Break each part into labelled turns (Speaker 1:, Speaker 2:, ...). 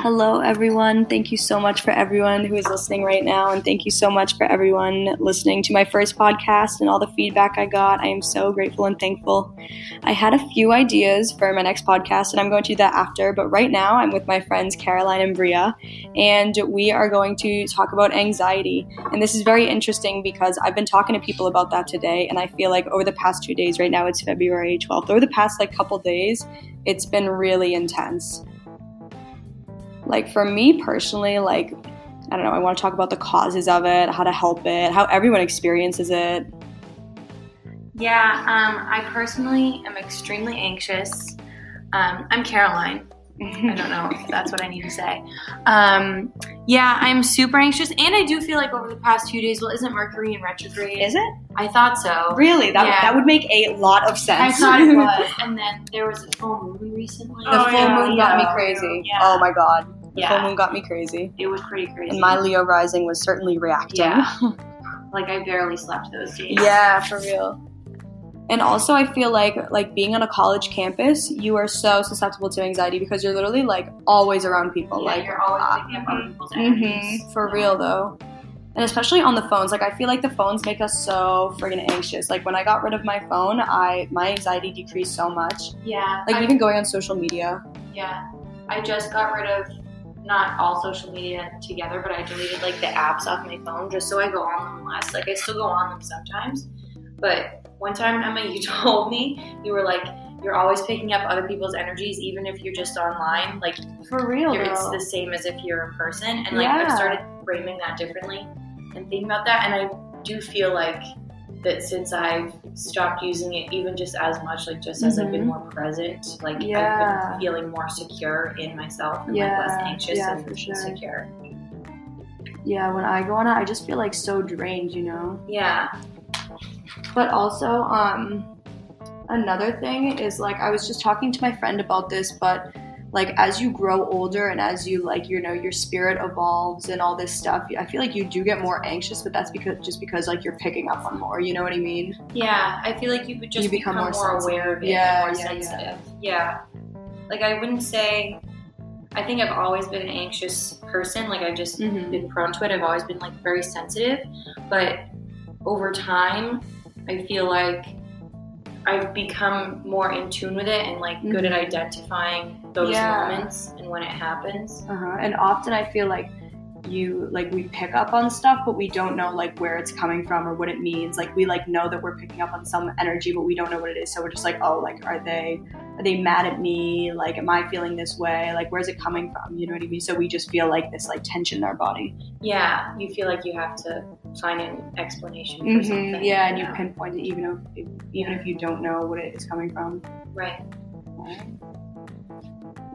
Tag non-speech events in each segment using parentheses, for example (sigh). Speaker 1: Hello, everyone. Thank you so much for everyone who is listening right now. And thank you so much for everyone listening to my first podcast and all the feedback I got. I am so grateful and thankful. I had a few ideas for my next podcast, and I'm going to do that after. But right now, I'm with my friends Caroline and Bria, and we are going to talk about anxiety. And this is very interesting because I've been talking to people about that today, and I feel like over the past two days, right now it's February 12th, over the past like couple days, it's been really intense like for me personally like i don't know i want to talk about the causes of it how to help it how everyone experiences it
Speaker 2: Yeah, um, I personally am extremely anxious. Um, I'm Caroline. I don't know if that's what I need to say. Um, yeah, I'm super anxious, and I do feel like over the past few days, well, isn't Mercury in retrograde?
Speaker 1: is it
Speaker 2: I thought so.
Speaker 1: really that,
Speaker 2: Yeah.
Speaker 1: that would make a lot of
Speaker 2: I
Speaker 1: sense (laughs)
Speaker 2: thought it was, and then there was a full moon recently.
Speaker 1: the full
Speaker 3: yeah,
Speaker 1: moon got me
Speaker 3: yeah,
Speaker 1: crazy
Speaker 2: Oh, yeah.
Speaker 1: oh my god the
Speaker 2: Yeah.
Speaker 1: full moon got me crazy
Speaker 2: It was pretty crazy.
Speaker 1: and my leo rising was certainly reacting
Speaker 2: Yeah. (laughs) like I barely slept those days.
Speaker 1: Yeah, for real. And also, I feel like like being on a college campus, you are so susceptible to anxiety because you're literally like always around people.
Speaker 2: Yeah,
Speaker 1: like
Speaker 2: you're always
Speaker 1: uh,
Speaker 2: picking up other people's energies.
Speaker 1: hmm for real though, and especially on the phones. Like I feel like the phones make us so friggin' anxious. Like when I got rid of my phone, I my anxiety decreased so much.
Speaker 2: Yeah.
Speaker 1: Like
Speaker 2: I-
Speaker 1: even going on social media.
Speaker 2: Yeah. I just got rid of not all social media together, but I deleted like the apps off my phone just so I go on them less. Like I still go on them sometimes. But one time, Emma, (laughs) you told me you were like, you're always picking up other people's energies, even if you're just online. Like
Speaker 1: For real
Speaker 2: you're, it's the same as if you're in person. And like I've
Speaker 1: Yeah.
Speaker 2: started framing that differently and thinking about that. And I do feel like that since I've stopped using it, even just as much, like just as I've been
Speaker 1: Mhm.
Speaker 2: more present, like I've
Speaker 1: Yeah.
Speaker 2: been feeling more secure in myself and like less
Speaker 1: Yeah,
Speaker 2: anxious
Speaker 1: yeah,
Speaker 2: and
Speaker 1: for sure.
Speaker 2: secure.
Speaker 1: yeah, when I go on it, I just feel like so drained. You know.
Speaker 2: Yeah,
Speaker 1: But also, um, another thing is like I was just talking to my friend about this, but like as you grow older and as you like you know your spirit evolves and all this stuff, I feel like you do get more anxious, but that's because just because like you're picking up on more. You know what I mean?
Speaker 2: yeah. I feel like you would just
Speaker 1: You become more
Speaker 2: become, more,
Speaker 1: sensitive.
Speaker 2: aware of it,
Speaker 1: Yeah,
Speaker 2: more
Speaker 1: yeah, yeah.
Speaker 2: sensitive. Yeah. Like I wouldn't say. I think I've always been an anxious person. Like I just
Speaker 1: Mm-hmm.
Speaker 2: been prone to it. I've always been like very sensitive, but over time, I feel like I've become more in tune with it and like good at identifying those
Speaker 1: Mm-hmm. Yeah.
Speaker 2: moments and when it happens.
Speaker 1: Uh-huh. And often I feel like you like we pick up on stuff but we don't know like where it's coming from or what it means like we like know that we're picking up on some energy but we don't know what it is so we're just like oh like are they are they mad at me like am i feeling this way like where's it coming from you know what i mean so we just feel like this like tension in our body
Speaker 2: Yeah, you feel like you have to find an explanation for something.
Speaker 1: Mm-hmm. yeah and you pinpoint it even if even if you don't know what it is coming from
Speaker 2: right.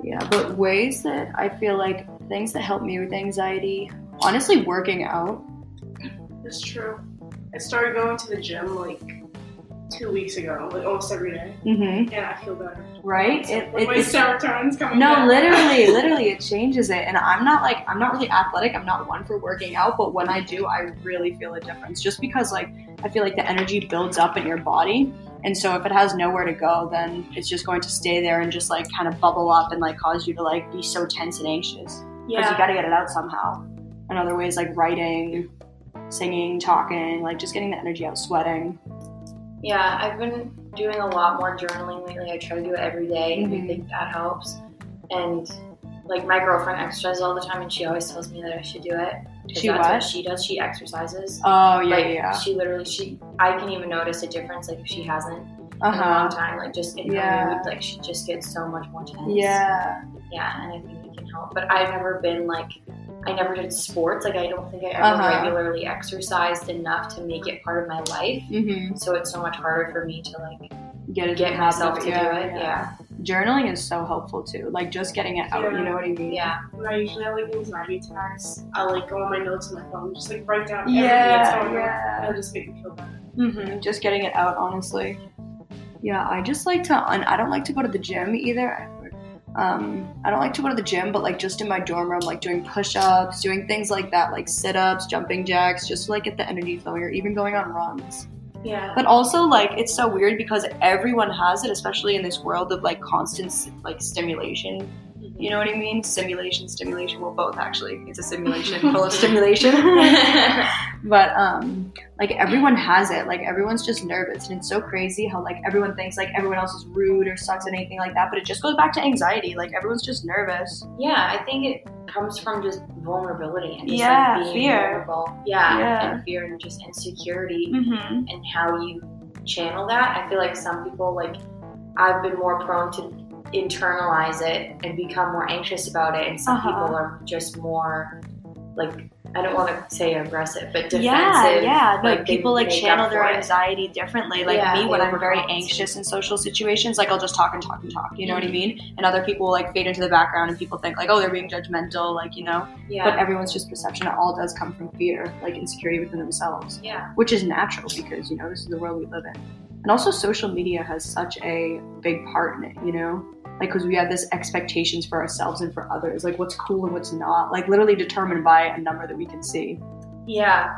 Speaker 1: Yeah, but ways that I feel like things that help me with anxiety, honestly, working out.
Speaker 3: It's true. I started going to the gym like two weeks ago, like almost every day,
Speaker 1: Mm-hmm.
Speaker 3: and I feel better.
Speaker 1: Right?
Speaker 3: So,
Speaker 1: It,
Speaker 3: like,
Speaker 1: it,
Speaker 3: my
Speaker 1: it's,
Speaker 3: serotonin's coming.
Speaker 1: no,
Speaker 3: back.
Speaker 1: literally, literally, it changes it. And I'm not like, I'm not really athletic. I'm not one for working out, but when I do, I really feel a difference just because, like, I feel like the energy builds up in your body. And so if it has nowhere to go, then it's just going to stay there and just, like, kind of bubble up and, like, cause you to, like, be so tense and anxious. because you
Speaker 2: Yeah.
Speaker 1: got to get it out somehow. And other ways like writing, singing, talking, like just getting the energy out, sweating.
Speaker 2: Yeah, I've been doing a lot more journaling lately. I try to do it every day, and I
Speaker 1: Mhm.
Speaker 2: think that helps. And like my girlfriend exercises all the time, and she always tells me that I should do it. 'Cause
Speaker 1: She
Speaker 2: that's
Speaker 1: what?
Speaker 2: she does. She exercises.
Speaker 1: Oh yeah,
Speaker 2: like
Speaker 1: yeah.
Speaker 2: she literally she I can even notice a difference like if she hasn't
Speaker 1: Uh
Speaker 2: in a
Speaker 1: huh.
Speaker 2: long time. Like just in her
Speaker 1: Yeah.
Speaker 2: mood, like she just gets so much more tense.
Speaker 1: Yeah.
Speaker 2: Yeah, and I think it can help. But I've never been like I never did sports. Like I don't think I ever
Speaker 1: Uh-huh.
Speaker 2: regularly exercised enough to make it part of my life.
Speaker 1: Mhm.
Speaker 2: So it's so much harder for me to like
Speaker 1: Get it
Speaker 2: get myself to
Speaker 1: yeah,
Speaker 2: do it. Yeah.
Speaker 1: Journaling is so helpful too. Like just getting it out. You know what I mean?
Speaker 2: Yeah.
Speaker 3: (laughs) When I usually have like anxiety attacks, I like go on my notes on my phone, just like write down everything that's
Speaker 1: Yeah.
Speaker 3: going on.
Speaker 1: yeah.
Speaker 3: It'll just make me feel better.
Speaker 1: hmm Just getting it out, honestly. Yeah, I just like to. Un- I don't like to go to the gym either. Um, I don't like to go to the gym, but like just in my dorm room, like doing push-ups, doing things like that, like sit-ups, jumping jacks, just to like get the energy flowing, or even going on runs.
Speaker 2: Yeah.
Speaker 1: But also, like it's so weird because everyone has it, especially in this world of like constant like stimulation. You know what I mean? Simulation, stimulation. Well, both actually. It's a (laughs) simulation full of (laughs) stimulation.
Speaker 2: (laughs) yeah.
Speaker 1: but um, like everyone has it. Like everyone's just nervous, and it's so crazy how like everyone thinks like everyone else is rude or sucks and anything like that. But it just goes back to anxiety. Like everyone's just nervous.
Speaker 2: I think it comes from just vulnerability and just
Speaker 1: Yeah,
Speaker 2: like being
Speaker 1: fear.
Speaker 2: vulnerable. Yeah,
Speaker 1: Yeah.
Speaker 2: and fear and just insecurity.
Speaker 1: Mm-hmm.
Speaker 2: and how you channel that. I feel like some people, like, I've been more prone to internalize it and become more anxious about it, and some
Speaker 1: Uh-huh.
Speaker 2: people are just more, like, I don't want to say aggressive, but defensive.
Speaker 1: Yeah, yeah. No,
Speaker 2: like, they
Speaker 1: people like
Speaker 2: make
Speaker 1: channel
Speaker 2: up
Speaker 1: their
Speaker 2: for it.
Speaker 1: anxiety differently. Like
Speaker 2: Yeah,
Speaker 1: me,
Speaker 2: they
Speaker 1: when I'm very
Speaker 2: overcompensate.
Speaker 1: anxious in social situations, like I'll just talk and talk and talk. You know what I mean? And other people like fade into the background, and people think like, oh, they're being judgmental. Like you know, but
Speaker 2: Yeah,
Speaker 1: everyone's just perception. It all does come from fear, like insecurity within themselves,
Speaker 2: yeah,
Speaker 1: which is natural because you know this is the world we live in. And also, social media has such a big part in it. You know. Like, because we have this expectations for ourselves and for others, like what's cool and what's not, like literally determined by a number that we can see.
Speaker 2: yeah.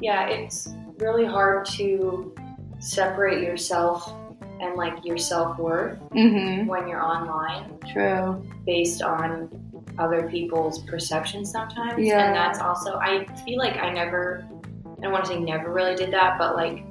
Speaker 2: Yeah, it's really hard to separate yourself and, like, your self worth
Speaker 1: Mm-hmm.
Speaker 2: when you're online.
Speaker 1: True.
Speaker 2: based on other people's perception sometimes.
Speaker 1: Yeah.
Speaker 2: And that's also, I feel like I never, I don't want to say never really did that, but like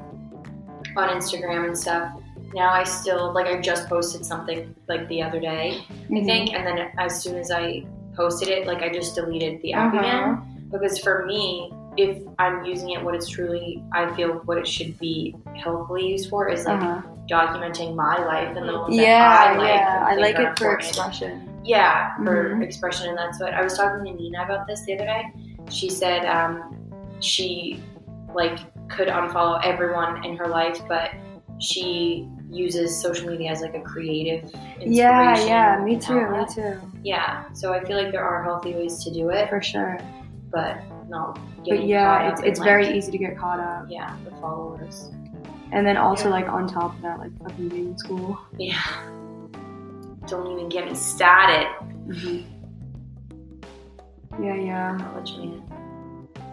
Speaker 2: on Instagram and stuff, now I still, like I just posted something like the other day,
Speaker 1: Mm-hmm.
Speaker 2: I think, and then as soon as I posted it, like I just deleted the app
Speaker 1: Uh-huh.
Speaker 2: again. Because for me, if I'm using it what it's truly, I feel what it should be helpfully used for is like
Speaker 1: Uh-huh.
Speaker 2: documenting my life and the ones
Speaker 1: Yeah,
Speaker 2: that I like.
Speaker 1: yeah.
Speaker 2: and
Speaker 1: I
Speaker 2: think
Speaker 1: like
Speaker 2: are
Speaker 1: it for
Speaker 2: important.
Speaker 1: expression.
Speaker 2: Yeah, for
Speaker 1: Mhm.
Speaker 2: expression, and that's what I was talking to Nina about this the other day. She said um, she like could unfollow everyone in her life, but she uses social media as like a creative. Inspiration
Speaker 1: Yeah, yeah. Me
Speaker 2: and
Speaker 1: too. Me
Speaker 2: outlet.
Speaker 1: too.
Speaker 2: Yeah, so I feel like there are healthy ways to do it,
Speaker 1: For sure.
Speaker 2: but not getting
Speaker 1: But
Speaker 2: caught
Speaker 1: yeah,
Speaker 2: up
Speaker 1: it's
Speaker 2: in,
Speaker 1: it's
Speaker 2: like,
Speaker 1: very e- easy to get caught up.
Speaker 2: yeah the followers.
Speaker 1: And then also
Speaker 2: Yeah.
Speaker 1: like on top of that, like fucking being in school.
Speaker 2: Yeah, don't even get me started.
Speaker 1: Mm-hmm. Yeah, yeah.
Speaker 2: College man.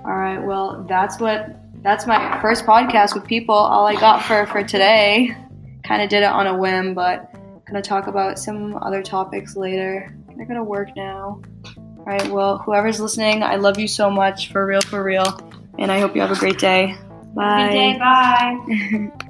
Speaker 1: All right. Well, that's what that's my first podcast with people. All I got for for today. Kind of did it on a whim, but gonna talk about some other topics later. I gotta work now. All right. Well, whoever's listening, I love you so much for real, for real, and I hope you have a great day. Bye.
Speaker 2: Bye.
Speaker 1: day. Bye. (laughs)